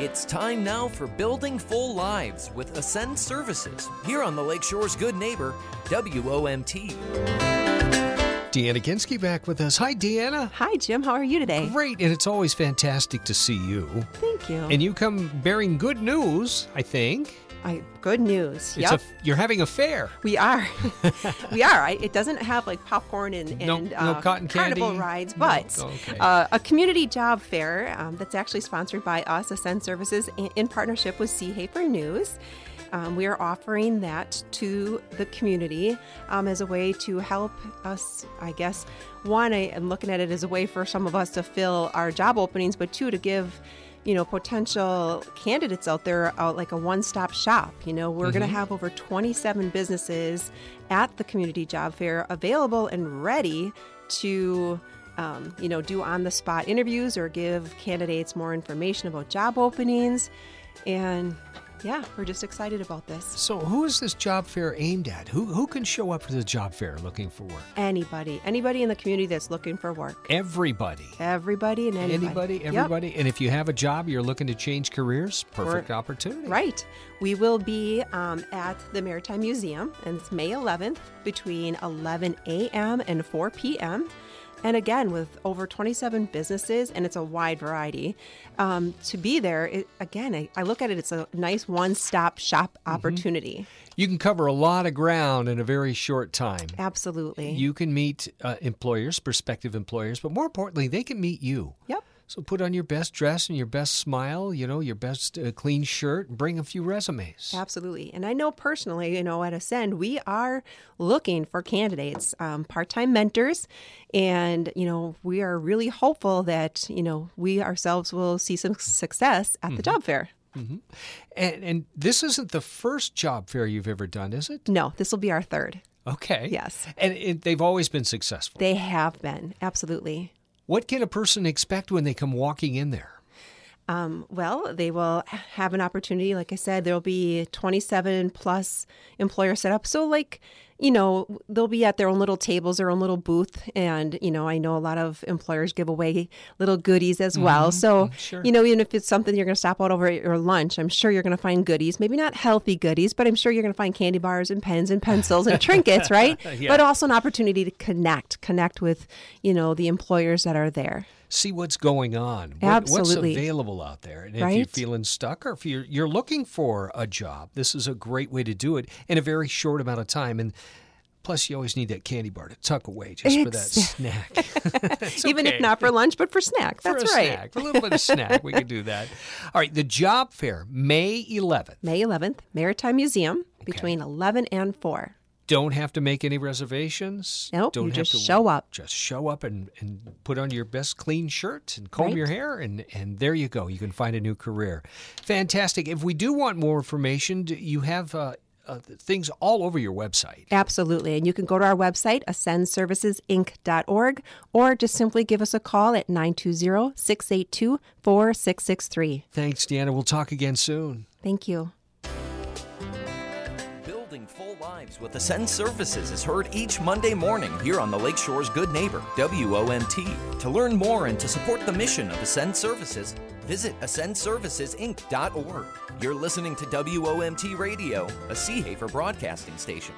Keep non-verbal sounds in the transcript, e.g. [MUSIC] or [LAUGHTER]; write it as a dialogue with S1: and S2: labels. S1: It's time now for Building Full Lives with Ascend Services here on the Lakeshore's Good Neighbor, WOMT.
S2: Deanna Ginsky back with us. Hi, Deanna.
S3: Hi, Jim. How are you today?
S2: Great, and it's always fantastic to see you.
S3: Thank you.
S2: And you come bearing good news, I think.
S3: I, good
S2: It's
S3: news. Yep.
S2: a, you're having a fair. [LAUGHS]
S3: we are. we are. I, it doesn't have like popcorn and, and
S2: No- no
S3: uh,
S2: cotton
S3: carnival
S2: candy?
S3: rides,
S2: No. Oh,
S3: but
S2: Okay.
S3: uh, a community job fair um, that's actually sponsored by us, Ascend Services, in, in partnership with Sea Haper News. Um, we are offering that to the community um, as a way to help us, I guess. One, I am looking at it as a way for some of us to fill our job openings, but two, to give you know potential candidates out there out like a one-stop shop you know we're going to have over 27 businesses at the community job fair available and ready to um, you know do on the spot interviews or give candidates more information about job openings and yeah we're just excited about this
S2: So, who is this job fair aimed at? Who who can show up to the job fair looking for work?
S3: anybody anybody in the community that's looking for work
S2: Everybody.
S3: everybody and anybody
S2: Anybody,
S3: Yep.
S2: everybody. And if you have a job, you're looking to change careers, perfect
S3: Or-
S2: opportunity.
S3: Right. We will be um, at the Maritime Museum, and it's May 11th between 11 a.m. and 4 p.m. And again, with over 27 businesses, and it's a wide variety. Um, to be there, it, again, I, I look at it, it's a nice one stop shop opportunity.
S2: You can cover a lot of ground in a very short time.
S3: Absolutely.
S2: You can meet uh, employers, prospective employers, but more importantly, they can meet you.
S3: yep.
S2: So put on your best dress and your best smile, you know, your best uh, clean shirt, and bring a few resumes.
S3: Absolutely. And I know personally, you know, at Ascend, we are looking for candidates, um, part time mentors. And, you know, we are really hopeful that, you know, we ourselves will see some success at the job fair.
S2: And, and this isn't the first job fair you've ever done, is it?
S3: No, this will be our third.
S2: Okay.
S3: Yes.
S2: And it, they've always been successful.
S3: They have been. Absolutely.
S2: what can a person expect when they come walking in there?
S3: Um, well, they will have an opportunity. Like I said, there will be 27 plus employer set up. So, like, you know, they'll be at their own little tables, their own little booth. And, you know, I know a lot of employers give away little goodies as
S2: Mm-hmm.
S3: well. So, you know, even if it's something you're going to stop out over at your lunch, I'm sure you're going to find goodies. Maybe not healthy goodies, but I'm sure you're going to find candy bars and pens and
S2: [LAUGHS]
S3: pencils and trinkets, right? But also an opportunity to connect, connect with, you know, the employers that are there.
S2: See what's going on. What,
S3: Absolutely.
S2: What's available out there. And if you're
S3: Right.
S2: feeling stuck or if you're, you're looking for a job, this is a great way to do it in a very short amount of time. And plus, you always need that candy bar to tuck away just for that snack.
S3: even if not for lunch, but for snack.
S2: for
S3: That's
S2: a
S3: right.
S2: snack, a little bit of snack. We can do
S3: [LAUGHS]
S2: that. All right, the job fair, May 11th.
S3: May 11th, Maritime Museum, between 11 and 4.
S2: Don't have to make any reservations.
S3: Nope,
S2: Don't
S3: you
S2: have
S3: just
S2: to
S3: show up.
S2: Just show up and, and put on your best clean shirt and comb
S3: Right.
S2: your hair, and, and there you go. You can find a new career. Fantastic. If we do want more information, do you have uh, uh, things all over your website.
S3: Absolutely. And you can go to our website, ascendservicesinc.org, or just simply give us a call at 920 682 4663.
S2: Thanks, Deanna. We'll talk again soon.
S3: Thank you.
S1: Building Full Lives with Ascend Services is heard each Monday morning here on the Lakeshore's Good Neighbor, WOMT. To learn more and to support the mission of Ascend Services, visit ascendservicesinc.org. You're listening to WOMT Radio, a Sea Hafer broadcasting station.